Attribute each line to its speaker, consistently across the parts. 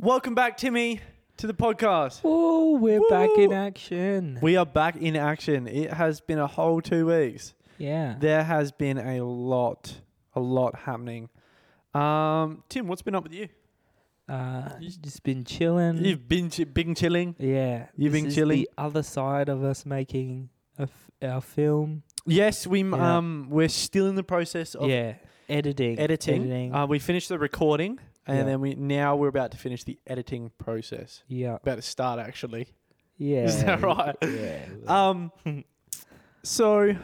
Speaker 1: Welcome back, Timmy, to the podcast.
Speaker 2: Oh, we're back
Speaker 1: Woo!
Speaker 2: in action.
Speaker 1: We are back in action. It has been a whole two weeks.
Speaker 2: yeah.
Speaker 1: There has been a lot, a lot happening. Um, Tim, what's been up with you?
Speaker 2: uh, just been chilling.
Speaker 1: You've been ch- been chilling.
Speaker 2: yeah.
Speaker 1: you've
Speaker 2: this
Speaker 1: been
Speaker 2: is
Speaker 1: chilling?
Speaker 2: The other side of us making a f- our film.
Speaker 1: Yes, we m
Speaker 2: Yeah.
Speaker 1: um we're still in the process of
Speaker 2: yeah. Editing.
Speaker 1: editing.
Speaker 2: Editing.
Speaker 1: Uh, we finished the recording, and
Speaker 2: Yeah.
Speaker 1: then we now we're about to finish the editing process.
Speaker 2: yeah.
Speaker 1: About to start actually.
Speaker 2: Yeah.
Speaker 1: Is that right?
Speaker 2: Yeah.
Speaker 1: Um, so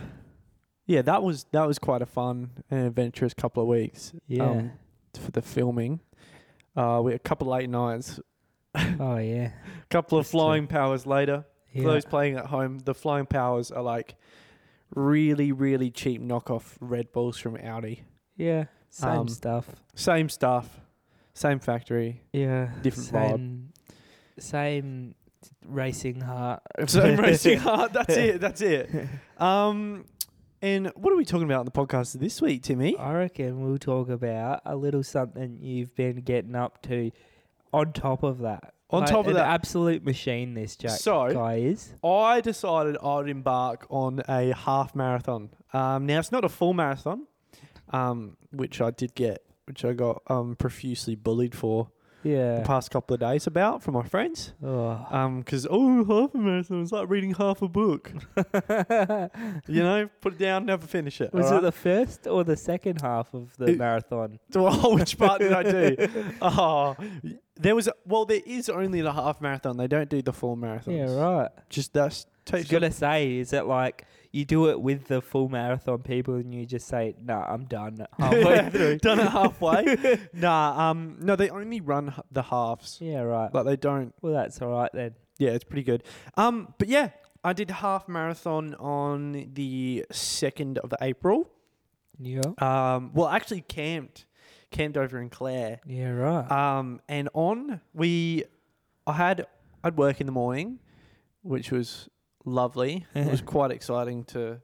Speaker 1: yeah, that was that was quite a fun and adventurous couple of weeks.
Speaker 2: yeah.
Speaker 1: um, for the filming. Uh, we a couple late nights,
Speaker 2: oh, yeah.
Speaker 1: a couple of
Speaker 2: That's true.
Speaker 1: flying powers later.
Speaker 2: Yeah.
Speaker 1: For those playing at home, the flying powers are like really, really cheap knockoff Red Bulls from Audi.
Speaker 2: Yeah. Same
Speaker 1: Um,
Speaker 2: stuff.
Speaker 1: Same stuff, same factory,
Speaker 2: Yeah.
Speaker 1: different vibe.
Speaker 2: same, Same racing heart.
Speaker 1: same racing heart. That's it. That's it. Um, and what are we talking about in the podcast this week, Timmy?
Speaker 2: I reckon we'll talk about a little something you've been getting up to on top of that.
Speaker 1: On
Speaker 2: Like,
Speaker 1: top of
Speaker 2: an
Speaker 1: that-
Speaker 2: absolute machine this Jack
Speaker 1: So-
Speaker 2: guy is.
Speaker 1: I decided I'd embark on a half marathon. Um, now it's not a full marathon, um, which I did get, which I got um, profusely bullied for the
Speaker 2: Yeah.
Speaker 1: past couple of days about from my friends.
Speaker 2: Oh.
Speaker 1: Because oh, half a marathon is like reading half a book. You know, put it down, never finish it.
Speaker 2: Was it
Speaker 1: alright?
Speaker 2: the first or the second half of the
Speaker 1: It-
Speaker 2: marathon?
Speaker 1: well, which part did I do? Oh, there was a, well, there is only the half marathon. They don't do the full marathon.
Speaker 2: Yeah, right.
Speaker 1: Just that's
Speaker 2: I was
Speaker 1: takes.
Speaker 2: gonna say, is it like you do it with the full marathon people and you just say, Nah, I'm done halfway
Speaker 1: Yeah,
Speaker 2: through.
Speaker 1: Done it halfway. nah, um, no, they only run h- the halves.
Speaker 2: Yeah, right.
Speaker 1: Like they don't.
Speaker 2: Well that's all right then.
Speaker 1: Yeah, it's pretty good. Um, but yeah, I did half marathon on the second of the April.
Speaker 2: Yeah.
Speaker 1: Um, well, actually camped, camped over in Clare.
Speaker 2: Yeah, right.
Speaker 1: Um, and on we, I had I'd work in the morning, which was lovely. it was quite exciting to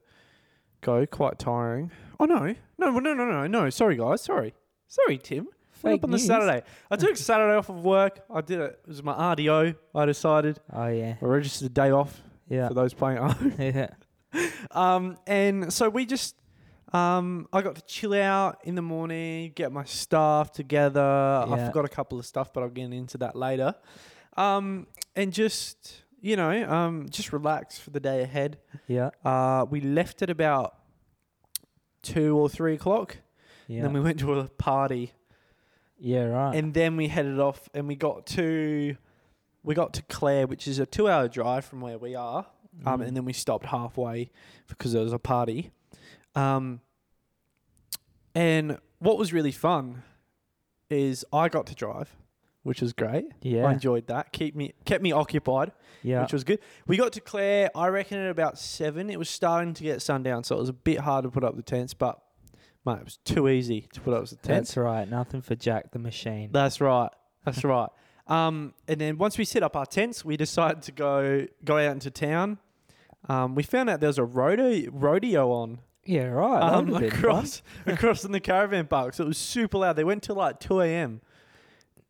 Speaker 1: go. Quite tiring. Oh no, no, no, no, no, no. Sorry guys, sorry, sorry Tim. Went
Speaker 2: Fake
Speaker 1: up on
Speaker 2: news.
Speaker 1: the Saturday. I took Saturday off of work. I did it. It was my RDO. I decided
Speaker 2: Oh yeah.
Speaker 1: I registered a day off
Speaker 2: Yeah.
Speaker 1: for those playing. at home.
Speaker 2: yeah.
Speaker 1: um, and so we just, um, I got to chill out in the morning, get my stuff together. I
Speaker 2: Yeah.
Speaker 1: forgot a couple of stuff, but I'll get into that later. Um, and just you know, um, just relax for the day ahead.
Speaker 2: Yeah.
Speaker 1: Uh, we left at about two or three o'clock.
Speaker 2: Yeah.
Speaker 1: And then we went to a party.
Speaker 2: yeah, right.
Speaker 1: and then we headed off and we got to we got to Clare, which is a two-hour drive from where we are,
Speaker 2: Mm-hmm. Mm.
Speaker 1: um, and then we stopped halfway because there was a party. Um, and what was really fun is I got to drive, which was great. I
Speaker 2: yeah.
Speaker 1: enjoyed that. Keep me kept me occupied,
Speaker 2: Yeah.
Speaker 1: which was good. We got to Clare, I reckon, at about seven. It was starting to get sundown, so it was a bit hard to put up the tents, but mate, it was too easy to put up the tents.
Speaker 2: That's right. Nothing for Jack the Machine.
Speaker 1: That's right. That's right. Um, and then once we set up our tents, we decided to go go out into town. Um, we found out there was a rodeo, rodeo on
Speaker 2: yeah, right. Oh, that
Speaker 1: um,
Speaker 2: would've been fun.
Speaker 1: across across in the caravan park, so it was super loud. They went till like two a.m.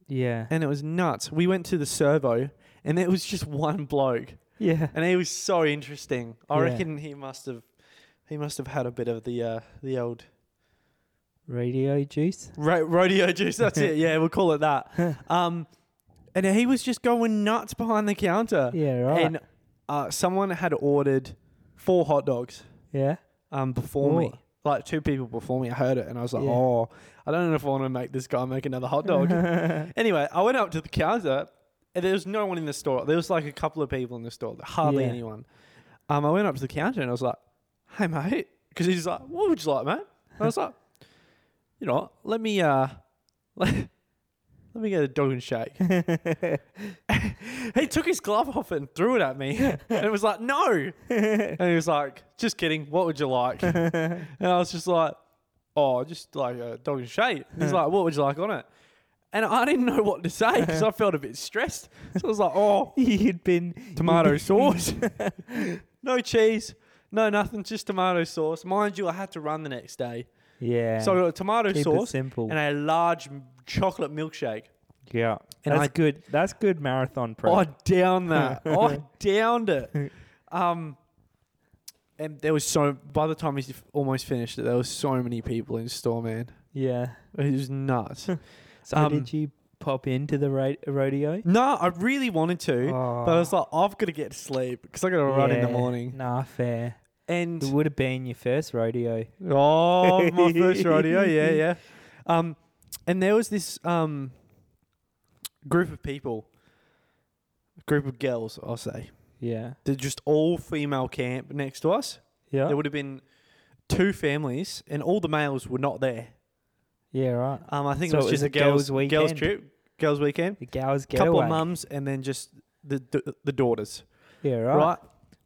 Speaker 2: Yeah.
Speaker 1: and it was nuts. We went to the servo, and it was just one bloke,
Speaker 2: Yeah.
Speaker 1: and he was so interesting. I
Speaker 2: Yeah.
Speaker 1: reckon he must have he must have had a bit of the uh, the old
Speaker 2: Radio juice.
Speaker 1: Ro- rodeo juice. That's it. Yeah, we'll call it that. Um, and he was just going nuts behind the counter.
Speaker 2: Yeah, right.
Speaker 1: And uh, someone had ordered four hot dogs
Speaker 2: yeah.
Speaker 1: um, before me.
Speaker 2: Ooh.
Speaker 1: Like two people before me, I heard it and I was like,
Speaker 2: Yeah.
Speaker 1: oh, I don't know if I want to make this guy make another hot dog. anyway, I went up to the counter and there was no one in the store. There was like a couple of people in the store, hardly
Speaker 2: Yeah.
Speaker 1: anyone. Um, I went up to the counter and I was like, hey, mate. Because he's like, what would you like, mate? And I was like, you know what? Let me, uh, let, let me get a dog and shake. he took his glove off and threw it at me. and it was like, no. And he was like, just kidding. What would you like? and I was just like, oh, just like a dog and shake. He's like, what would you like on it? And I didn't know what to say because I felt a bit stressed. So I was like, oh,
Speaker 2: You'd been
Speaker 1: tomato sauce. no cheese, no nothing, just tomato sauce. Mind you, I had to run the next day.
Speaker 2: Yeah.
Speaker 1: So I got a tomato
Speaker 2: keep it
Speaker 1: sauce
Speaker 2: simple.
Speaker 1: and a large m- chocolate milkshake.
Speaker 2: Yeah.
Speaker 1: And
Speaker 2: that's
Speaker 1: I-
Speaker 2: good. That's good marathon prep.
Speaker 1: I downed that. I downed it. Um, and there was so. By the time he's almost finished it, there was so many people in store, man.
Speaker 2: yeah.
Speaker 1: It was nuts.
Speaker 2: So
Speaker 1: Um,
Speaker 2: did you pop into the ra- rodeo?
Speaker 1: no, I really wanted to,
Speaker 2: Oh,
Speaker 1: but I was like, I've got to get to sleep because I got to run in the
Speaker 2: yeah.
Speaker 1: morning.
Speaker 2: Nah, fair.
Speaker 1: And
Speaker 2: It would have been your first rodeo.
Speaker 1: Oh, my first rodeo. Yeah, yeah. Um, and there was this um group of people, group of girls, I'll say.
Speaker 2: Yeah.
Speaker 1: They're just all female camp next to us.
Speaker 2: Yeah.
Speaker 1: There would have been two families, and all the males were not there.
Speaker 2: yeah. Right.
Speaker 1: Um, I think
Speaker 2: So
Speaker 1: it was
Speaker 2: it was
Speaker 1: just
Speaker 2: a
Speaker 1: a girls'
Speaker 2: girls'
Speaker 1: girls
Speaker 2: weekend.
Speaker 1: trip, girls' weekend.
Speaker 2: The gals
Speaker 1: A
Speaker 2: get
Speaker 1: couple
Speaker 2: away.
Speaker 1: of mums, and then just the the, the daughters,
Speaker 2: Yeah. Right.
Speaker 1: right?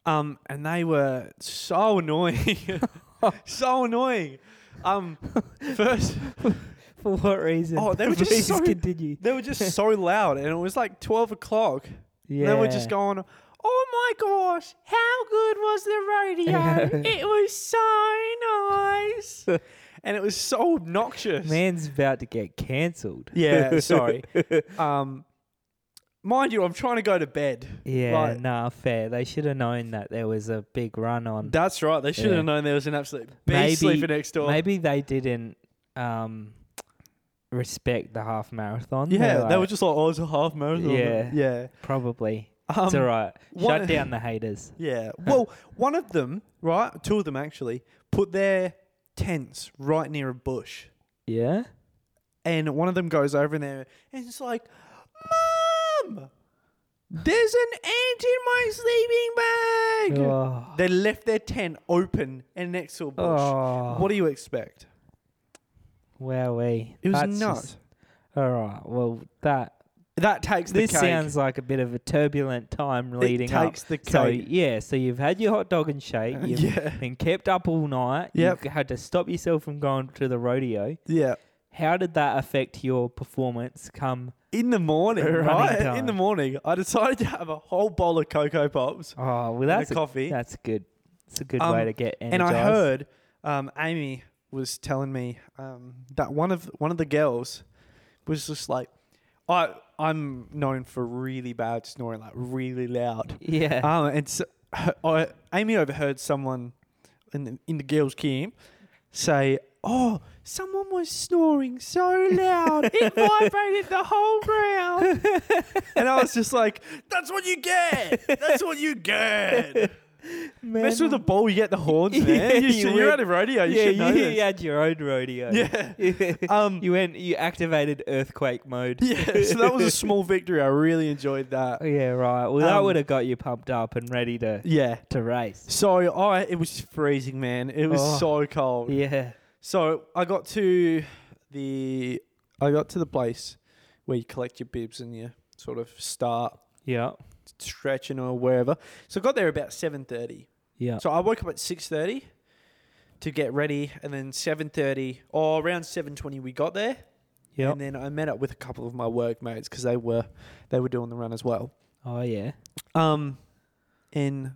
Speaker 1: Um, and they were so annoying, so annoying. Um, first.
Speaker 2: For what reason?
Speaker 1: Oh, they were just
Speaker 2: Please
Speaker 1: so-
Speaker 2: continue.
Speaker 1: They were just so loud, and it was like 12 o'clock.
Speaker 2: Yeah.
Speaker 1: And they were just going, Oh my gosh, how good was the radio? it was so nice. and it was so obnoxious.
Speaker 2: Man's about to get cancelled.
Speaker 1: Yeah, sorry. Um, mind you, I'm trying to go to bed.
Speaker 2: Yeah,
Speaker 1: Like-
Speaker 2: nah, fair. They should have known that there was a big run on.
Speaker 1: That's right. They should
Speaker 2: Yeah.
Speaker 1: have known there was an absolute beast
Speaker 2: Maybe-
Speaker 1: sleeping next door.
Speaker 2: Maybe they didn't um, respect the half marathon.
Speaker 1: yeah,
Speaker 2: They're
Speaker 1: they
Speaker 2: like,
Speaker 1: were just like, Oh, it's a half marathon.
Speaker 2: Yeah.
Speaker 1: Yeah.
Speaker 2: probably.
Speaker 1: Um,
Speaker 2: it's all right.
Speaker 1: one-
Speaker 2: Shut down the haters.
Speaker 1: Yeah. Well, one of them, right? Two of them actually, put their tents right near a bush.
Speaker 2: Yeah.
Speaker 1: And one of them goes over in there and it's like, Mom, there's an ant in my sleeping bag.
Speaker 2: Oh.
Speaker 1: They left their tent open and next to a bush.
Speaker 2: oh.
Speaker 1: What do you expect?
Speaker 2: Wowee.
Speaker 1: It was
Speaker 2: That's
Speaker 1: nuts.
Speaker 2: just- all right. Well, that
Speaker 1: that takes the
Speaker 2: this
Speaker 1: cake.
Speaker 2: sounds like a bit of a turbulent time leading
Speaker 1: it takes
Speaker 2: up.
Speaker 1: the cake.
Speaker 2: So yeah, so you've had your hot dog and shake. You've
Speaker 1: yeah.
Speaker 2: been kept up all night.
Speaker 1: Yep.
Speaker 2: You had to stop yourself from going to the rodeo.
Speaker 1: Yeah.
Speaker 2: How did that affect your performance? Come,
Speaker 1: In the morning,
Speaker 2: Running
Speaker 1: right? In
Speaker 2: time.
Speaker 1: the morning, I decided to have a whole bowl of Cocoa Pops
Speaker 2: oh well,
Speaker 1: and
Speaker 2: that's
Speaker 1: a
Speaker 2: a,
Speaker 1: coffee.
Speaker 2: that's good. It's a good
Speaker 1: Um,
Speaker 2: way to get energized.
Speaker 1: And I heard um, Amy was telling me um, that one of one of the girls was just like, I I'm known for really bad snoring, like really loud.
Speaker 2: yeah,
Speaker 1: Um, and so, her, I, Amy overheard someone in the, in the girls' camp say, "Oh, someone was snoring so loud it vibrated the whole ground." and I was just like, "That's what you get. That's what you get."
Speaker 2: Man,
Speaker 1: Mess with the ball, you get the horns,
Speaker 2: Yeah,
Speaker 1: man. you
Speaker 2: you
Speaker 1: should,
Speaker 2: would.
Speaker 1: you're at a rodeo. You
Speaker 2: yeah,
Speaker 1: should know
Speaker 2: you,
Speaker 1: this.
Speaker 2: you had your own rodeo.
Speaker 1: Yeah. Um,
Speaker 2: you went. You activated earthquake mode.
Speaker 1: yeah, so that was a small victory. I really enjoyed that.
Speaker 2: Oh, yeah, right. Well, that
Speaker 1: Um,
Speaker 2: would have got you pumped up and ready to
Speaker 1: Yeah.
Speaker 2: to race.
Speaker 1: So I, it was freezing, man. It was
Speaker 2: Oh.
Speaker 1: so cold.
Speaker 2: Yeah.
Speaker 1: So I got to the, I got to the place where you collect your bibs and you sort of start
Speaker 2: Yeah.
Speaker 1: stretching or wherever. So I got there about seven thirty.
Speaker 2: Yeah.
Speaker 1: So I woke up at six thirty to get ready, and then seven thirty or around seven twenty we got there.
Speaker 2: Yeah.
Speaker 1: And then I met up with a couple of my workmates because they were they were doing the run as well.
Speaker 2: Oh yeah.
Speaker 1: Um, and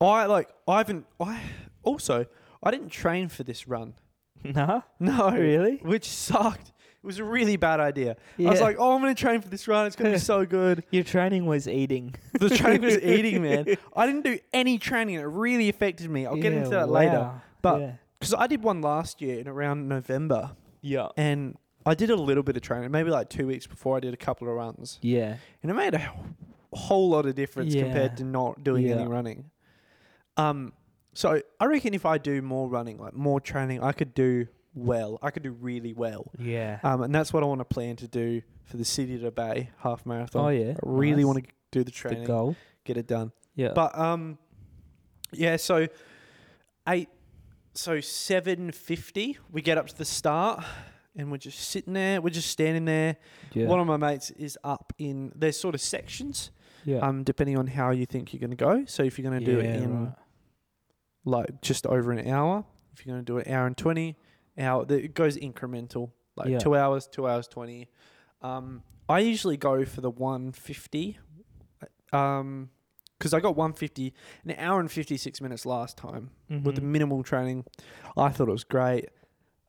Speaker 1: I like I haven't I also I didn't train for this run.
Speaker 2: Nah.
Speaker 1: No,
Speaker 2: Oh, Really?
Speaker 1: which sucked. It was a really bad idea.
Speaker 2: Yeah.
Speaker 1: I was like, oh, I'm gonna train for this run. It's gonna be so good.
Speaker 2: your training was eating.
Speaker 1: The training was eating, man. I didn't do any training. and It really affected me. I'll get
Speaker 2: Yeah,
Speaker 1: into that later.
Speaker 2: wow.
Speaker 1: but-
Speaker 2: yeah.
Speaker 1: Because I did one last year in around November,
Speaker 2: yeah.
Speaker 1: and I did a little bit of training, maybe like two weeks before I did a couple of runs.
Speaker 2: Yeah.
Speaker 1: and it made a wh- whole lot of difference compared
Speaker 2: Yeah.
Speaker 1: to not doing any
Speaker 2: Yeah.
Speaker 1: running. Um, so I reckon if I do more running, like more training, I could do well. I could do really well.
Speaker 2: Yeah.
Speaker 1: Um, and that's what I want to plan to do for the City to Bay half marathon.
Speaker 2: oh yeah.
Speaker 1: I really
Speaker 2: nice.
Speaker 1: want to do the
Speaker 2: the
Speaker 1: training,
Speaker 2: goal.
Speaker 1: get it done.
Speaker 2: Yeah.
Speaker 1: But um, yeah. So eight, so seven fifty, we get up to the start, and we're just sitting there. We're just standing there.
Speaker 2: yeah.
Speaker 1: One of my mates is up in there's sort of sections
Speaker 2: yeah.
Speaker 1: um, depending on how you think you're going to go. So if you're going to do it
Speaker 2: Yeah,
Speaker 1: in
Speaker 2: right.
Speaker 1: like just over an hour, if you're going to do an hour and twenty, hour th- it goes incremental, like
Speaker 2: Yeah.
Speaker 1: two hours, two hours twenty. Um, I usually go for the one fifty, um, because I got one fifty an hour and fifty six minutes last time with the
Speaker 2: Mhm.
Speaker 1: minimal training. I thought it was great.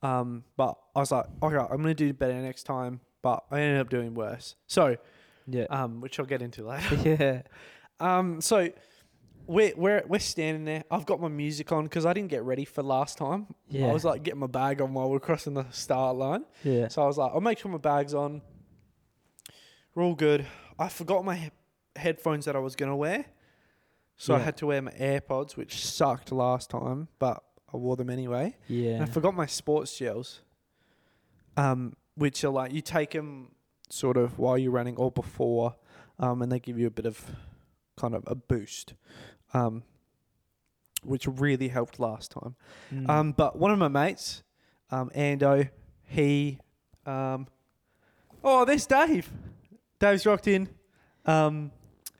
Speaker 1: Um, but I was like, okay, I'm going to do better next time. but I ended up doing worse. So,
Speaker 2: Yeah.
Speaker 1: um, which I'll get into later.
Speaker 2: yeah.
Speaker 1: Um, so we're we're we're standing there. I've got my music on because I didn't get ready for last time.
Speaker 2: Yeah.
Speaker 1: I was like getting my bag on while we we're crossing the start line.
Speaker 2: yeah.
Speaker 1: So I was like, I'll make sure my bag's on. We're all good. I forgot my he- headphones that I was gonna wear, so I
Speaker 2: Yeah.
Speaker 1: had to wear my AirPods, which sucked last time, but I wore them anyway. And
Speaker 2: Yeah.
Speaker 1: I forgot my sports gels, um, which are like you take them sort of while you're running or before, um, and they give you a bit of kind of a boost, um, which really helped last time.
Speaker 2: Mm.
Speaker 1: Um, but one of my mates, um, Ando, he, um, oh, there's Dave. Dave's rocked in. Um,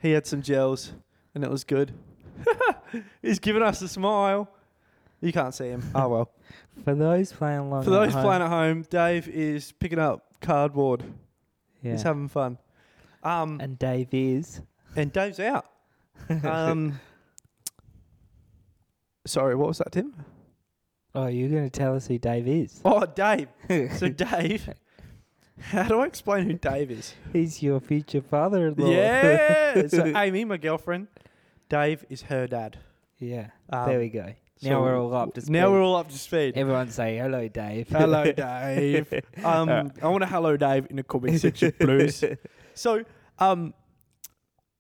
Speaker 1: he had some gels, and it was good. He's giving us a smile. You can't see him. Oh well.
Speaker 2: for those playing along.
Speaker 1: For those
Speaker 2: at home,
Speaker 1: playing at home, Dave is picking up cardboard.
Speaker 2: yeah.
Speaker 1: He's having fun. Um, and,
Speaker 2: and Dave is.
Speaker 1: Dave's out. Um, sorry, what was that, Tim?
Speaker 2: oh, you're going to tell us who Dave is.
Speaker 1: Oh, Dave. So Dave, how do I explain who Dave is?
Speaker 2: He's your future father-in-law.
Speaker 1: Yeah. so Amy, my girlfriend, Dave is her dad.
Speaker 2: yeah.
Speaker 1: Um,
Speaker 2: there we go.
Speaker 1: so
Speaker 2: now we're all up to speed.
Speaker 1: Now we're all up to speed.
Speaker 2: Everyone say hello, Dave.
Speaker 1: hello, Dave. Um,
Speaker 2: Alright.
Speaker 1: I want a hello, Dave, in a comment section, please. So, um,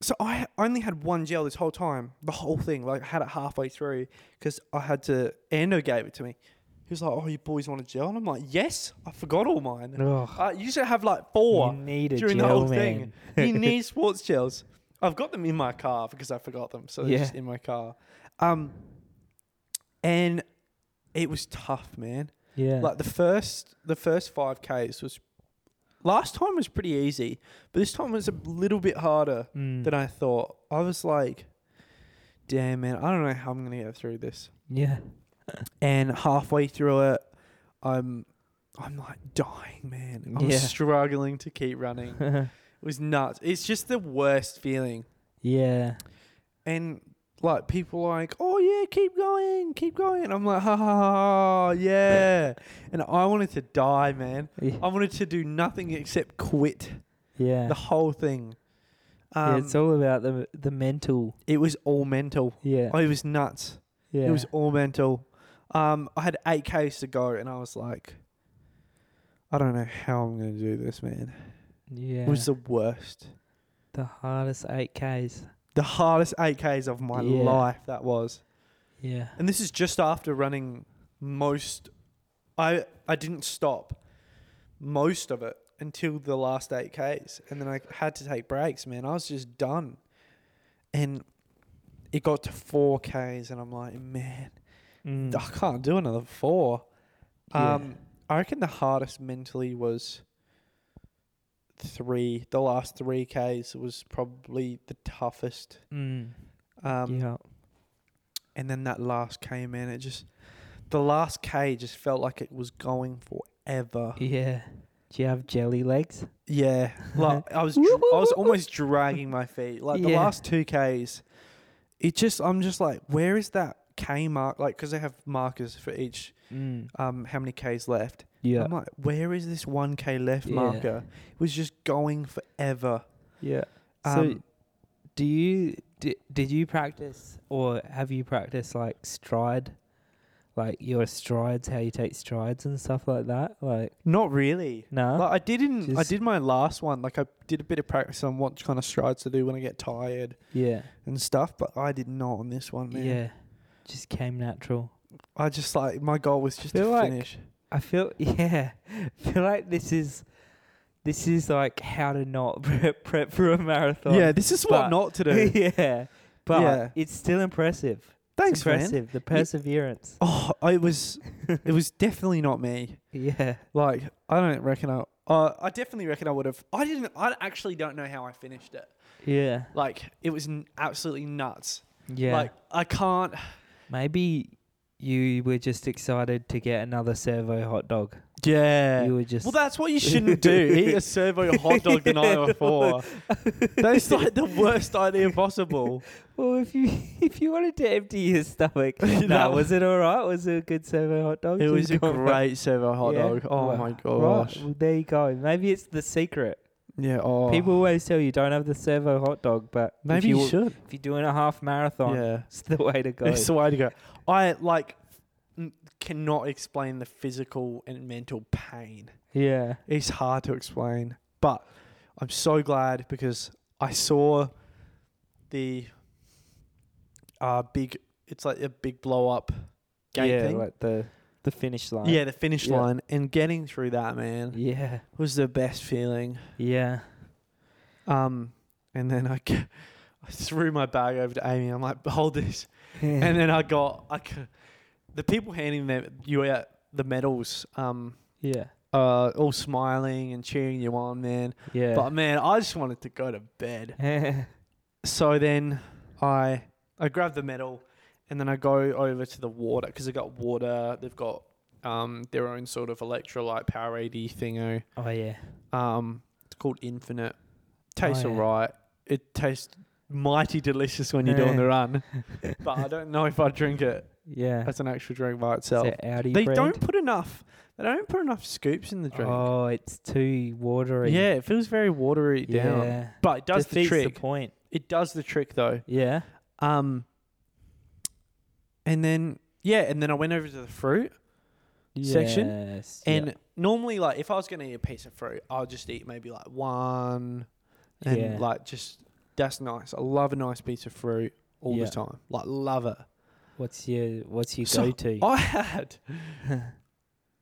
Speaker 1: so I only had one gel this whole time, the whole thing. Like I had it halfway through because I had to. Ando gave it to me. He was like, "Oh, you boys want a gel?" And I'm like, "Yes, I forgot all mine.
Speaker 2: Oh,
Speaker 1: I used to have like
Speaker 2: you
Speaker 1: four
Speaker 2: need a
Speaker 1: during
Speaker 2: gel,
Speaker 1: the whole
Speaker 2: man.
Speaker 1: thing. You need sports gels. I've got them in my car because I forgot them, so they're
Speaker 2: Yeah.
Speaker 1: just in my car. Um, and it was tough, man.
Speaker 2: Yeah.
Speaker 1: Like the first, the first five k's was last time was pretty easy, but this time was a little bit harder
Speaker 2: Mm.
Speaker 1: than I thought. I was like, "Damn, man, I don't know how I'm gonna get through this."
Speaker 2: yeah.
Speaker 1: And halfway through it, I'm, I'm like dying, man. I'm
Speaker 2: Yeah.
Speaker 1: struggling to keep running. It was nuts. It's just the worst feeling.
Speaker 2: yeah.
Speaker 1: And like people are like, oh yeah, keep going, keep going. I'm like, ha ha ha, ha, yeah. and I wanted to die, man.
Speaker 2: Yeah.
Speaker 1: I wanted to do nothing except quit
Speaker 2: Yeah.
Speaker 1: the whole thing. Um,
Speaker 2: yeah, it's all about the the mental.
Speaker 1: it was all mental.
Speaker 2: Yeah.
Speaker 1: it was nuts.
Speaker 2: yeah.
Speaker 1: It was all mental. Um, I had eight k's to go, and I was like, I don't know how I'm gonna do this, man.
Speaker 2: yeah.
Speaker 1: It was the worst,
Speaker 2: the hardest 8Ks.
Speaker 1: the hardest eight k's of my
Speaker 2: Yeah.
Speaker 1: life. That was.
Speaker 2: Yeah.
Speaker 1: And this is just after running most. I I didn't stop most of it until the last eight k's, and then I had to take breaks. Man, I was just done, and it got to four k's, and I'm like, man,
Speaker 2: Mm.
Speaker 1: I can't do another four.
Speaker 2: Yeah.
Speaker 1: Um, I reckon the hardest mentally was three. The last three k's was probably the toughest.
Speaker 2: Mm.
Speaker 1: Um,
Speaker 2: yeah.
Speaker 1: and then that last K, man, it just the last K just felt like it was going forever.
Speaker 2: Yeah. Do you have jelly legs?
Speaker 1: Yeah, like I was, dr- I was almost dragging my feet. Like the
Speaker 2: Yeah.
Speaker 1: last two Ks, it just I'm just like, where is that K mark? Like, because they have markers for each
Speaker 2: Mm.
Speaker 1: um how many Ks left.
Speaker 2: Yeah.
Speaker 1: I'm like, where is this one K left
Speaker 2: Yeah.
Speaker 1: marker? It was just going forever.
Speaker 2: Yeah. So,
Speaker 1: Um,
Speaker 2: do you di- did you practice or have you practiced like stride, like your strides, how you take strides and stuff like that? Like
Speaker 1: not really.
Speaker 2: no.
Speaker 1: Like I didn't. I
Speaker 2: Just-
Speaker 1: did my last one. Like I did a bit of practice on what kind of strides to do when I get tired.
Speaker 2: yeah.
Speaker 1: and stuff, but I did not on this one, man.
Speaker 2: Yeah. Just came natural.
Speaker 1: I just like my goal was just to
Speaker 2: Feel like-
Speaker 1: finish.
Speaker 2: I feel yeah. I feel like this is this is like how to not prep, prep for a marathon.
Speaker 1: Yeah, this is what
Speaker 2: but-
Speaker 1: not to do.
Speaker 2: yeah. But
Speaker 1: Yeah.
Speaker 2: it's still impressive.
Speaker 1: Thanks,
Speaker 2: it's
Speaker 1: man.
Speaker 2: impressive. The perseverance.
Speaker 1: Oh, it was, it was definitely not me.
Speaker 2: yeah.
Speaker 1: Like I don't reckon I. Uh, I definitely reckon I would have. I didn't. I actually don't know how I finished it.
Speaker 2: Yeah.
Speaker 1: Like it was n- absolutely nuts.
Speaker 2: Yeah.
Speaker 1: Like I can't.
Speaker 2: maybe you were just excited to get another servo hot dog.
Speaker 1: Yeah.
Speaker 2: You were just
Speaker 1: Well, that's what you shouldn't do. Eat a servo hot dog the night before. That's like the worst idea possible.
Speaker 2: well. If you if you wanted to empty your stomach,
Speaker 1: That
Speaker 2: nah,
Speaker 1: was-
Speaker 2: was it all right? Was it a good servo hot dog?
Speaker 1: It
Speaker 2: You
Speaker 1: was a
Speaker 2: got one?
Speaker 1: great servo hot
Speaker 2: Yeah.
Speaker 1: dog. Oh
Speaker 2: Well,
Speaker 1: my
Speaker 2: right.
Speaker 1: gosh.
Speaker 2: Well, there you go. Maybe it's the secret.
Speaker 1: Yeah. Oh.
Speaker 2: People always tell you don't have the servo hot dog, but if,
Speaker 1: Maybe
Speaker 2: you,
Speaker 1: you should.
Speaker 2: if you're doing a half marathon,
Speaker 1: Yeah.
Speaker 2: it's the way to go.
Speaker 1: It's the way to go. I like n- cannot explain the physical and mental pain.
Speaker 2: yeah.
Speaker 1: It's hard to explain, but I'm so glad because I saw the uh big. It's like a big blow up gate
Speaker 2: yeah,
Speaker 1: thing.
Speaker 2: like the the finish line.
Speaker 1: yeah, the finish
Speaker 2: Yeah.
Speaker 1: line and getting through that man
Speaker 2: Yeah.
Speaker 1: was the best feeling.
Speaker 2: Yeah.
Speaker 1: Um, and then I, g- I threw my bag over to Amy. I'm like, hold this. and
Speaker 2: And
Speaker 1: then I got I c- the people handing them you out the medals um
Speaker 2: yeah.
Speaker 1: uh all smiling and cheering you on man
Speaker 2: Yeah. Oh,
Speaker 1: but man I just wanted to go to bed
Speaker 2: But
Speaker 1: so then I I grabbed the medal and then I go over to the water because they got water they've got um their own sort of electrolyte powerade thingo
Speaker 2: oh yeah.
Speaker 1: um it's called Infinite tastes
Speaker 2: Oh, yeah.
Speaker 1: alright it tastes mighty delicious when you're doing the run but I don't know if I drink it
Speaker 2: Yeah.
Speaker 1: that's an actual drink by
Speaker 2: It's
Speaker 1: itself.
Speaker 2: a Audi
Speaker 1: They
Speaker 2: brand.
Speaker 1: don't put enough. They don't put enough scoops in the drink.
Speaker 2: Oh, it's too watery.
Speaker 1: yeah, it feels very watery down.
Speaker 2: Yeah.
Speaker 1: But it does the
Speaker 2: Defeats
Speaker 1: trick.
Speaker 2: the point.
Speaker 1: it does the trick though.
Speaker 2: Yeah.
Speaker 1: Um. And then yeah, and then I went over to the fruit, Section,
Speaker 2: Yes. yeah.
Speaker 1: and normally like if I was gonna eat a piece of fruit, I'll just eat maybe like one, and
Speaker 2: Yeah.
Speaker 1: like just that's nice. I love a nice piece of fruit all
Speaker 2: Yeah.
Speaker 1: the time. Like love it.
Speaker 2: what's your what's your
Speaker 1: So,
Speaker 2: go to?
Speaker 1: I had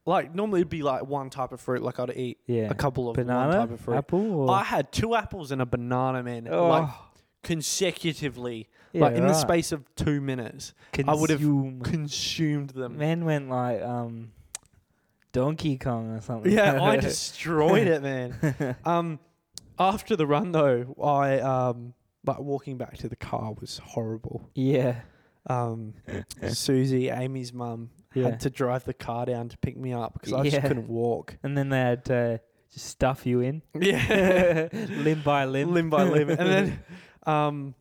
Speaker 1: like normally it'd be like one type of fruit. Like I'd eat
Speaker 2: yeah.
Speaker 1: a couple of one type
Speaker 2: banana,
Speaker 1: of fruit.
Speaker 2: apple, or
Speaker 1: I had two apples and a banana, man,
Speaker 2: oh,
Speaker 1: like consecutively,
Speaker 2: yeah,
Speaker 1: like in the
Speaker 2: right.
Speaker 1: space of two minutes, I would have-
Speaker 2: Consume.
Speaker 1: consumed them.
Speaker 2: Man went like um, Donkey Kong or something.
Speaker 1: Yeah, I destroyed it, man. Um, after the run though, I um, like walking back to the car was horrible.
Speaker 2: yeah,
Speaker 1: Um, Susie, Amy's mum,
Speaker 2: yeah.
Speaker 1: had to drive the car down to pick me up because I just
Speaker 2: Yeah.
Speaker 1: couldn't walk.
Speaker 2: and then they had to just stuff you in
Speaker 1: Yeah,
Speaker 2: limb by limb,
Speaker 1: limb by limb, and then, um,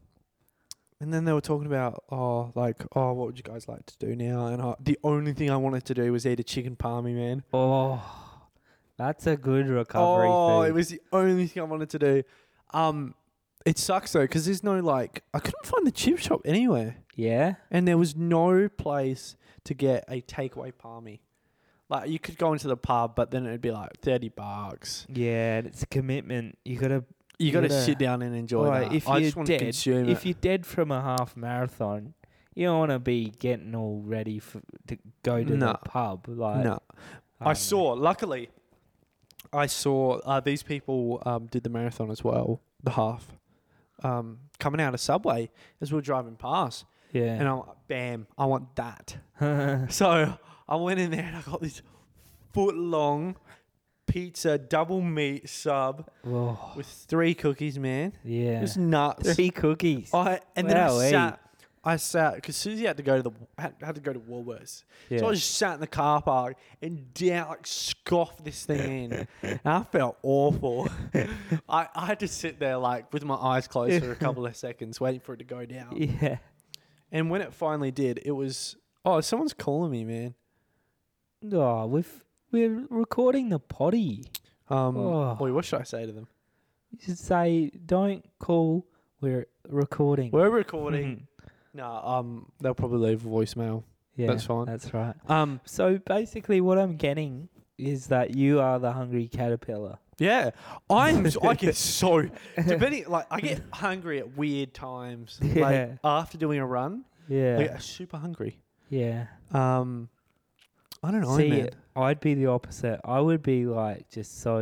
Speaker 1: and then they were talking about oh, like oh, what would you guys like to do now? And I, the only thing I wanted to do was eat a chicken palmy, man.
Speaker 2: oh, that's a good recovery.
Speaker 1: oh,
Speaker 2: food.
Speaker 1: it was the only thing I wanted to do. Um, it sucks though because there's no like I couldn't find the chip shop anywhere,
Speaker 2: yeah,
Speaker 1: and there was no place to get a takeaway palmy. Like you could go into the pub, but then it'd be like thirty bucks.
Speaker 2: yeah. and It's a commitment. You gotta
Speaker 1: You got to
Speaker 2: gotta-
Speaker 1: sit down and enjoy
Speaker 2: Alright,
Speaker 1: that.
Speaker 2: if
Speaker 1: I
Speaker 2: you're
Speaker 1: just want to
Speaker 2: dead,
Speaker 1: consume it.
Speaker 2: if you're dead from a half marathon, you don't want to be getting all ready for, to go to
Speaker 1: No.
Speaker 2: the pub. Like
Speaker 1: no, I
Speaker 2: don't know.
Speaker 1: saw. Luckily, I saw uh, these people um, did the marathon as well, the half, um, coming out of Subway as we were driving past, and
Speaker 2: Yeah,
Speaker 1: I'm like, bam, I want that. So I went in there and I got this foot long pizza double meat sub
Speaker 2: Woah,
Speaker 1: with three cookies, man. It
Speaker 2: yeah.
Speaker 1: was nuts.
Speaker 2: Three cookies.
Speaker 1: I and then I
Speaker 2: Wowee.
Speaker 1: sat. I sat because Susie had to go to the had, had to go to Woolworths.
Speaker 2: yeah.
Speaker 1: So I just sat in the car park and down, like scoffed this thing in. and I felt awful. I, I had to sit there like with my eyes closed for a couple of seconds waiting for it to go down.
Speaker 2: yeah.
Speaker 1: And when it finally did, it was oh someone's calling me, man.
Speaker 2: Oh, we've we're recording the potty.
Speaker 1: Um
Speaker 2: Oh.
Speaker 1: boy, what should I say to them?
Speaker 2: You should say, "Don't call. We're recording."
Speaker 1: We're recording.
Speaker 2: Mhm.
Speaker 1: no, um they'll probably leave a voicemail.
Speaker 2: Yeah,
Speaker 1: That's fine.
Speaker 2: That's right.
Speaker 1: Um
Speaker 2: So basically, what I'm getting is that you are the hungry caterpillar.
Speaker 1: yeah. I'm I get so depending like I get hungry at weird times. Like
Speaker 2: Yeah.
Speaker 1: after doing a run,
Speaker 2: Yeah.
Speaker 1: I get super hungry.
Speaker 2: yeah.
Speaker 1: Um, I don't know,
Speaker 2: See,
Speaker 1: man.
Speaker 2: I'd be the opposite. I would be like just so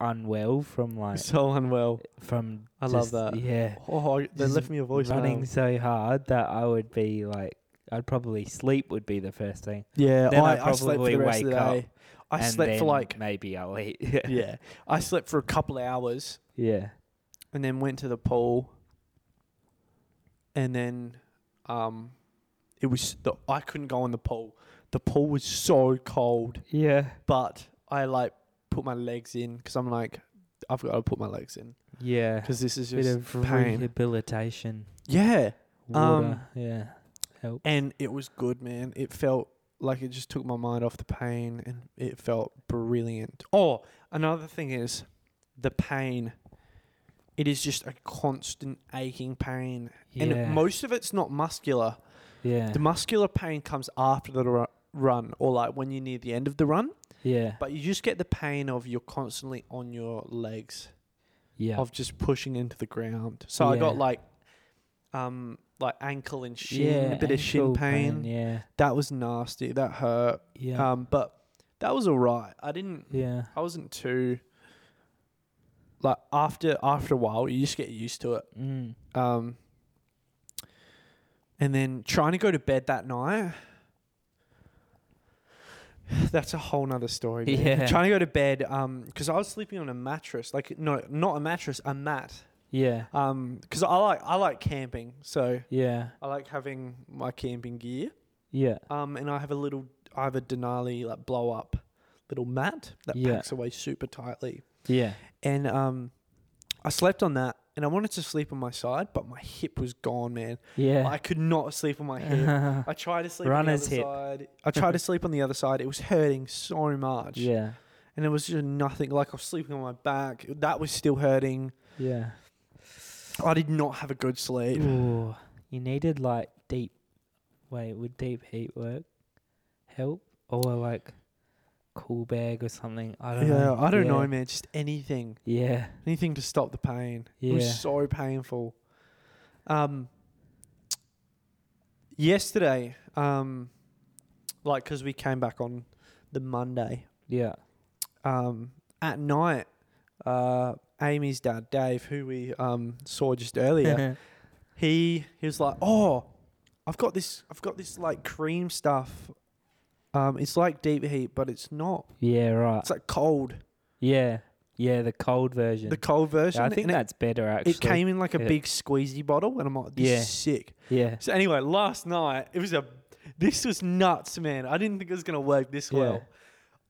Speaker 2: unwell from like
Speaker 1: So unwell.
Speaker 2: from.
Speaker 1: I love
Speaker 2: just-
Speaker 1: that.
Speaker 2: Yeah.
Speaker 1: Oh, I- they
Speaker 2: Just
Speaker 1: left me a voice
Speaker 2: running so hard that I would be like, I'd probably sleep would be the first thing.
Speaker 1: Yeah,
Speaker 2: Then
Speaker 1: I,
Speaker 2: I'd
Speaker 1: I slept for
Speaker 2: probably
Speaker 1: the rest of the
Speaker 2: wake up
Speaker 1: day. I
Speaker 2: and
Speaker 1: slept for
Speaker 2: then
Speaker 1: like
Speaker 2: maybe I'll eat.
Speaker 1: yeah, I slept for a couple of hours
Speaker 2: yeah.
Speaker 1: and then went to the pool, and then um, It was the I couldn't go in the pool. The pool was so cold,
Speaker 2: Yeah.
Speaker 1: but I like put my legs in because I'm like, I've got to put my legs in
Speaker 2: Yeah.
Speaker 1: because this is
Speaker 2: Bit
Speaker 1: just
Speaker 2: of
Speaker 1: pain.
Speaker 2: rehabilitation.
Speaker 1: yeah. Um,
Speaker 2: Water. yeah. Help.
Speaker 1: And it was good, man. It felt like it just took my mind off the pain and it felt brilliant. Oh, another thing is the pain. It is just a constant aching pain.
Speaker 2: Yeah.
Speaker 1: And most of it's not muscular.
Speaker 2: yeah.
Speaker 1: The muscular pain comes after the ru- run or like when you're near the end of the run,
Speaker 2: yeah.
Speaker 1: but you just get the pain of you're constantly on your legs
Speaker 2: Yeah.
Speaker 1: of just pushing into the ground. So I got
Speaker 2: Yeah.
Speaker 1: like um like ankle and shin,
Speaker 2: yeah.
Speaker 1: a bit of shin
Speaker 2: ankle
Speaker 1: pain.
Speaker 2: Yeah. Uh,
Speaker 1: That was nasty. That hurt.
Speaker 2: Yeah.
Speaker 1: Um, but that was all right. I didn't.
Speaker 2: yeah.
Speaker 1: I wasn't too. Like after after a while, you just get used to it.
Speaker 2: Mm.
Speaker 1: Um, and then trying to go to bed that night. That's a whole nother story. man.
Speaker 2: Yeah.
Speaker 1: Trying to go to bed, um, because I was sleeping on a mattress, like no, not a mattress, a mat.
Speaker 2: Yeah.
Speaker 1: Um, because I like I like camping, so
Speaker 2: Yeah.
Speaker 1: I like having my camping gear.
Speaker 2: Yeah.
Speaker 1: Um, and I have a little, I have a Denali like blow up little mat that
Speaker 2: Yeah.
Speaker 1: packs away super tightly.
Speaker 2: Yeah.
Speaker 1: And um, I slept on that, and I wanted to sleep on my side, but my hip was gone, man. I
Speaker 2: Yeah.
Speaker 1: could not sleep on my hip.
Speaker 2: Yeah.
Speaker 1: I tried to sleep
Speaker 2: Runner's
Speaker 1: on the
Speaker 2: hip.
Speaker 1: other side. I tried to sleep on the other side. It was hurting so much,
Speaker 2: yeah.
Speaker 1: and it was just nothing. Like I was sleeping on my back, that was still hurting.
Speaker 2: Yeah.
Speaker 1: I did not have a good sleep.
Speaker 2: Ooh, you needed like deep. Wait, would deep heat work? Help or like cool bag or something? I don't
Speaker 1: yeah,
Speaker 2: know.
Speaker 1: I don't
Speaker 2: yeah.
Speaker 1: know, man. Just anything.
Speaker 2: Yeah.
Speaker 1: anything to stop the pain. It
Speaker 2: Yeah.
Speaker 1: was so painful. Um, yesterday, um, like because we came back on the Monday
Speaker 2: Yeah.
Speaker 1: um, at night, uh, Amy's dad Dave, who we um, saw just earlier, he he was like, "Oh, I've got this. I've got this like cream stuff. Um, it's like deep heat, but it's not.
Speaker 2: yeah. Right.
Speaker 1: It's like cold.
Speaker 2: Yeah. Yeah. The cold version.
Speaker 1: The cold version.
Speaker 2: Yeah, I think
Speaker 1: and it-
Speaker 2: that's better
Speaker 1: it,
Speaker 2: actually.
Speaker 1: came in like a
Speaker 2: Yeah.
Speaker 1: big squeezy bottle, and I'm like, "This
Speaker 2: Yeah.
Speaker 1: is sick."
Speaker 2: Yeah.
Speaker 1: So anyway, last night it was a this was nuts, man. I didn't think it was gonna work this
Speaker 2: Yeah.
Speaker 1: well.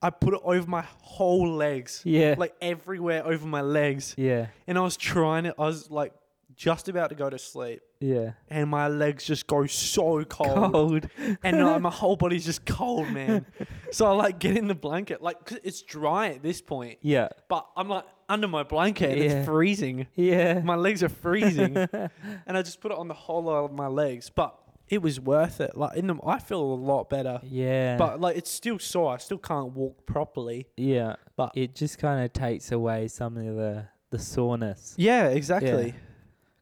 Speaker 1: I put it over my whole legs,
Speaker 2: Yeah.
Speaker 1: like everywhere over my legs,
Speaker 2: yeah.
Speaker 1: and I was trying it. I was like just about to go to sleep,
Speaker 2: Yeah.
Speaker 1: and my legs just go so cold,
Speaker 2: Cold.
Speaker 1: and like, my whole body's just cold, man. so I like get in the blanket, like 'cause it's dry at this point,
Speaker 2: Yeah.
Speaker 1: but I'm like under my blanket and
Speaker 2: Yeah.
Speaker 1: it's freezing.
Speaker 2: Yeah.
Speaker 1: My legs are freezing. and I just put it on the whole of my legs. But it was worth it. Like in them, I feel a lot better.
Speaker 2: yeah.
Speaker 1: But like it's still sore. I still can't walk properly.
Speaker 2: yeah.
Speaker 1: but-
Speaker 2: it just kind of takes away some of the the soreness.
Speaker 1: Yeah, exactly.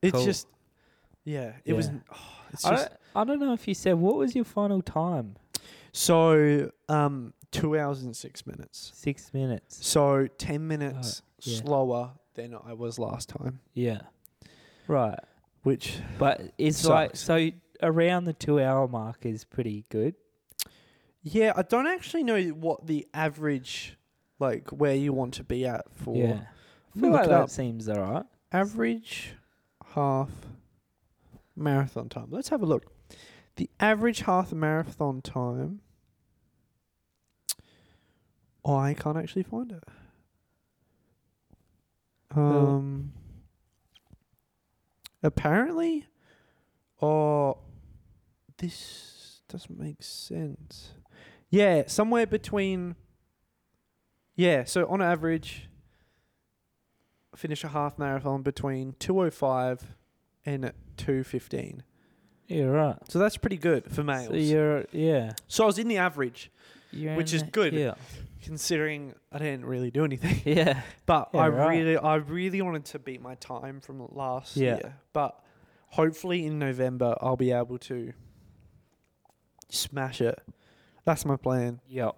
Speaker 1: It's
Speaker 2: Cool.
Speaker 1: just, yeah. It was.
Speaker 2: Yeah.
Speaker 1: oh, it's
Speaker 2: I
Speaker 1: just
Speaker 2: don't, I don't know if you said what was your final time?
Speaker 1: so um two hours and six minutes.
Speaker 2: Six minutes.
Speaker 1: So ten minutes
Speaker 2: Uh, yeah.
Speaker 1: slower than I was last time,
Speaker 2: Yeah. Right.
Speaker 1: which
Speaker 2: But it's like so around the two hour mark is pretty good.
Speaker 1: yeah, I don't actually know what the average like where you want to be at for
Speaker 2: Yeah. I
Speaker 1: Let me
Speaker 2: feel
Speaker 1: look
Speaker 2: like
Speaker 1: it
Speaker 2: that
Speaker 1: up.
Speaker 2: seems alright.
Speaker 1: average half marathon time. Let's have a look. The average half marathon time. Oh, I can't actually find it. Um. Apparently, oh, this doesn't make sense. Yeah, somewhere between. Yeah, so on average, finish a half marathon between 205 and 215.
Speaker 2: Yeah, right.
Speaker 1: So that's pretty good for males.
Speaker 2: So
Speaker 1: So,
Speaker 2: you're yeah.
Speaker 1: I was in the average,
Speaker 2: You're
Speaker 1: Which
Speaker 2: in
Speaker 1: is
Speaker 2: the-
Speaker 1: good.
Speaker 2: Yeah.
Speaker 1: considering I didn't really do anything.
Speaker 2: Yeah.
Speaker 1: But
Speaker 2: Yeah,
Speaker 1: I
Speaker 2: right.
Speaker 1: really, I really wanted to beat my time from last
Speaker 2: Yeah.
Speaker 1: year. But hopefully in November I'll be able to smash it. That's my plan.
Speaker 2: Yep.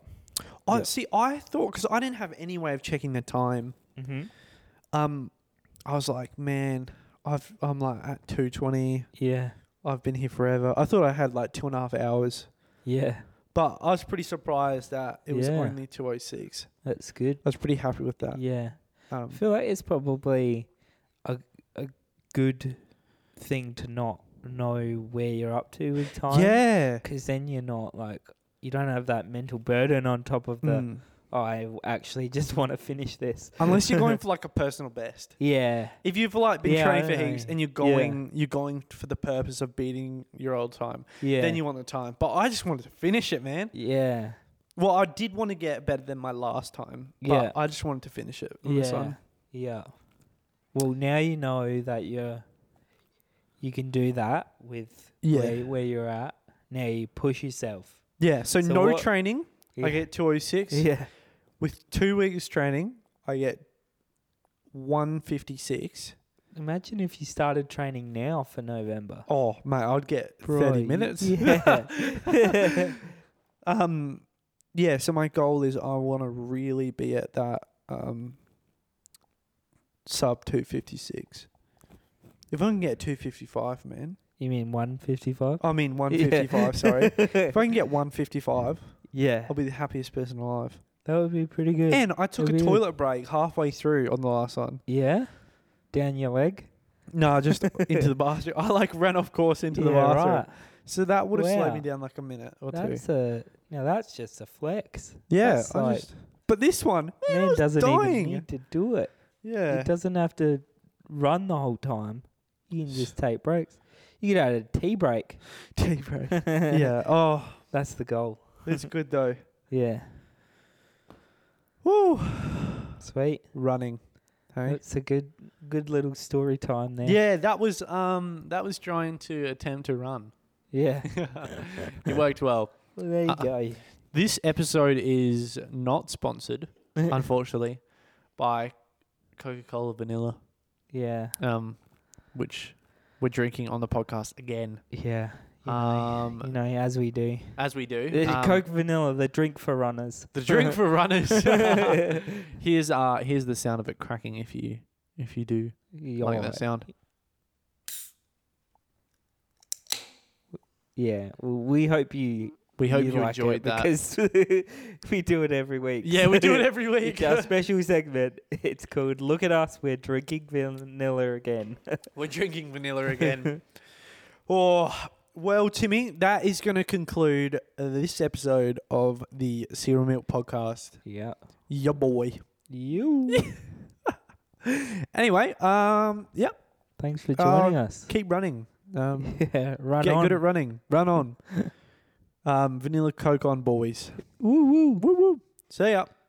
Speaker 1: I
Speaker 2: Yeah.
Speaker 1: see. I thought because I didn't have any way of checking the time.
Speaker 2: Mm-hmm.
Speaker 1: Um, I was like, man, I've I'm like at two twenty.
Speaker 2: Yeah.
Speaker 1: I've been here forever. I thought I had like two and a half hours,
Speaker 2: Yeah.
Speaker 1: but I was pretty surprised that it was
Speaker 2: Yeah.
Speaker 1: only 206.
Speaker 2: That's good.
Speaker 1: I was pretty happy with that.
Speaker 2: Yeah.
Speaker 1: Um,
Speaker 2: I feel like it's probably a a good thing to not know where you're up to with time.
Speaker 1: Yeah.
Speaker 2: Because then you're not like, you don't have that mental burden on top of the,
Speaker 1: Mm.
Speaker 2: "Oh, I w- actually just want to finish this.
Speaker 1: Unless you're going for like a personal best.
Speaker 2: Yeah.
Speaker 1: If you've like been
Speaker 2: Yeah,
Speaker 1: training
Speaker 2: I
Speaker 1: for heaps
Speaker 2: know.
Speaker 1: and you're
Speaker 2: Yeah.
Speaker 1: going you're going for the purpose of beating your old time,
Speaker 2: Yeah.
Speaker 1: then you want the time. But I just wanted to finish it, man.
Speaker 2: Yeah.
Speaker 1: Well, I did want to get better than my last time. But
Speaker 2: Yeah.
Speaker 1: I just wanted to finish it. on
Speaker 2: Yeah.
Speaker 1: this one.
Speaker 2: Yeah. Well, now you know that you're, you can do that with
Speaker 1: Yeah.
Speaker 2: where, where you're at. Now you push yourself.
Speaker 1: Yeah. So,
Speaker 2: So
Speaker 1: no
Speaker 2: what-
Speaker 1: training. I
Speaker 2: Yeah.
Speaker 1: get two oh six.
Speaker 2: Yeah.
Speaker 1: With two weeks training, I get one fifty six.
Speaker 2: Imagine if you started training now for November.
Speaker 1: Oh mate, I'd get thirty
Speaker 2: Bro,
Speaker 1: minutes.
Speaker 2: Yeah.
Speaker 1: Um, yeah. So my goal is I want to really be at that um sub two fifty six. If I can get two fifty five, man.
Speaker 2: you mean 155?
Speaker 1: I mean one fifty five. Sorry. If I can get one fifty five,
Speaker 2: yeah.
Speaker 1: I'll be the happiest person alive.
Speaker 2: That would be pretty good.
Speaker 1: And I took a
Speaker 2: Really?
Speaker 1: toilet break halfway through on the last one.
Speaker 2: yeah. Down your leg.
Speaker 1: No, just into the bathroom. I like ran off course into the
Speaker 2: Yeah,
Speaker 1: bathroom.
Speaker 2: right.
Speaker 1: So that would have slowed
Speaker 2: Wow.
Speaker 1: me down like a minute or two.
Speaker 2: That's a now that's just a flex.
Speaker 1: Yeah,
Speaker 2: that's
Speaker 1: I
Speaker 2: like-
Speaker 1: just, but this one, man, I
Speaker 2: Man
Speaker 1: was
Speaker 2: doesn't
Speaker 1: dying.
Speaker 2: even need to do it.
Speaker 1: yeah,
Speaker 2: He doesn't have to run the whole time. You can just take breaks. You could add a tea break.
Speaker 1: Tea break. yeah. Oh,
Speaker 2: That's the goal.
Speaker 1: it's good though.
Speaker 2: Yeah.
Speaker 1: Woo.
Speaker 2: Sweet.
Speaker 1: Running. Hey.
Speaker 2: That's a good good little story time there.
Speaker 1: Yeah, that was um that was trying to attempt to run.
Speaker 2: Yeah.
Speaker 1: it worked well.
Speaker 2: Well, there you
Speaker 1: Uh,
Speaker 2: go.
Speaker 1: This episode is not sponsored, unfortunately, by Coca-Cola Vanilla,
Speaker 2: yeah.
Speaker 1: um, which we're drinking on the podcast again,
Speaker 2: Yeah. You know,
Speaker 1: Um,
Speaker 2: you know, as we do.
Speaker 1: as we do.
Speaker 2: The
Speaker 1: Um,
Speaker 2: Eh, Coke Vanilla, the drink for runners.
Speaker 1: the drink for runners. here's uh here's the sound of it cracking if you if you do like
Speaker 2: Yeah.
Speaker 1: that sound.
Speaker 2: Yeah. Well, we hope you.
Speaker 1: We hope you,
Speaker 2: like
Speaker 1: enjoyed
Speaker 2: it
Speaker 1: that.
Speaker 2: because we do it every week.
Speaker 1: Yeah, we do it every week.
Speaker 2: It's our special segment. It's called "Look at Us." We're drinking vanilla again.
Speaker 1: We're drinking vanilla again. oh, well, Timmy, that is going to conclude this episode of the Cereal Milk Podcast.
Speaker 2: yeah.
Speaker 1: Yeah, boy.
Speaker 2: You.
Speaker 1: Anyway, um, yep,
Speaker 2: Thanks for
Speaker 1: Uh,
Speaker 2: joining us.
Speaker 1: keep running. Um,
Speaker 2: yeah. Run
Speaker 1: get
Speaker 2: on.
Speaker 1: good at running. Run on. um, vanilla Coke on, boys.
Speaker 2: woo woo woo woo.
Speaker 1: See ya.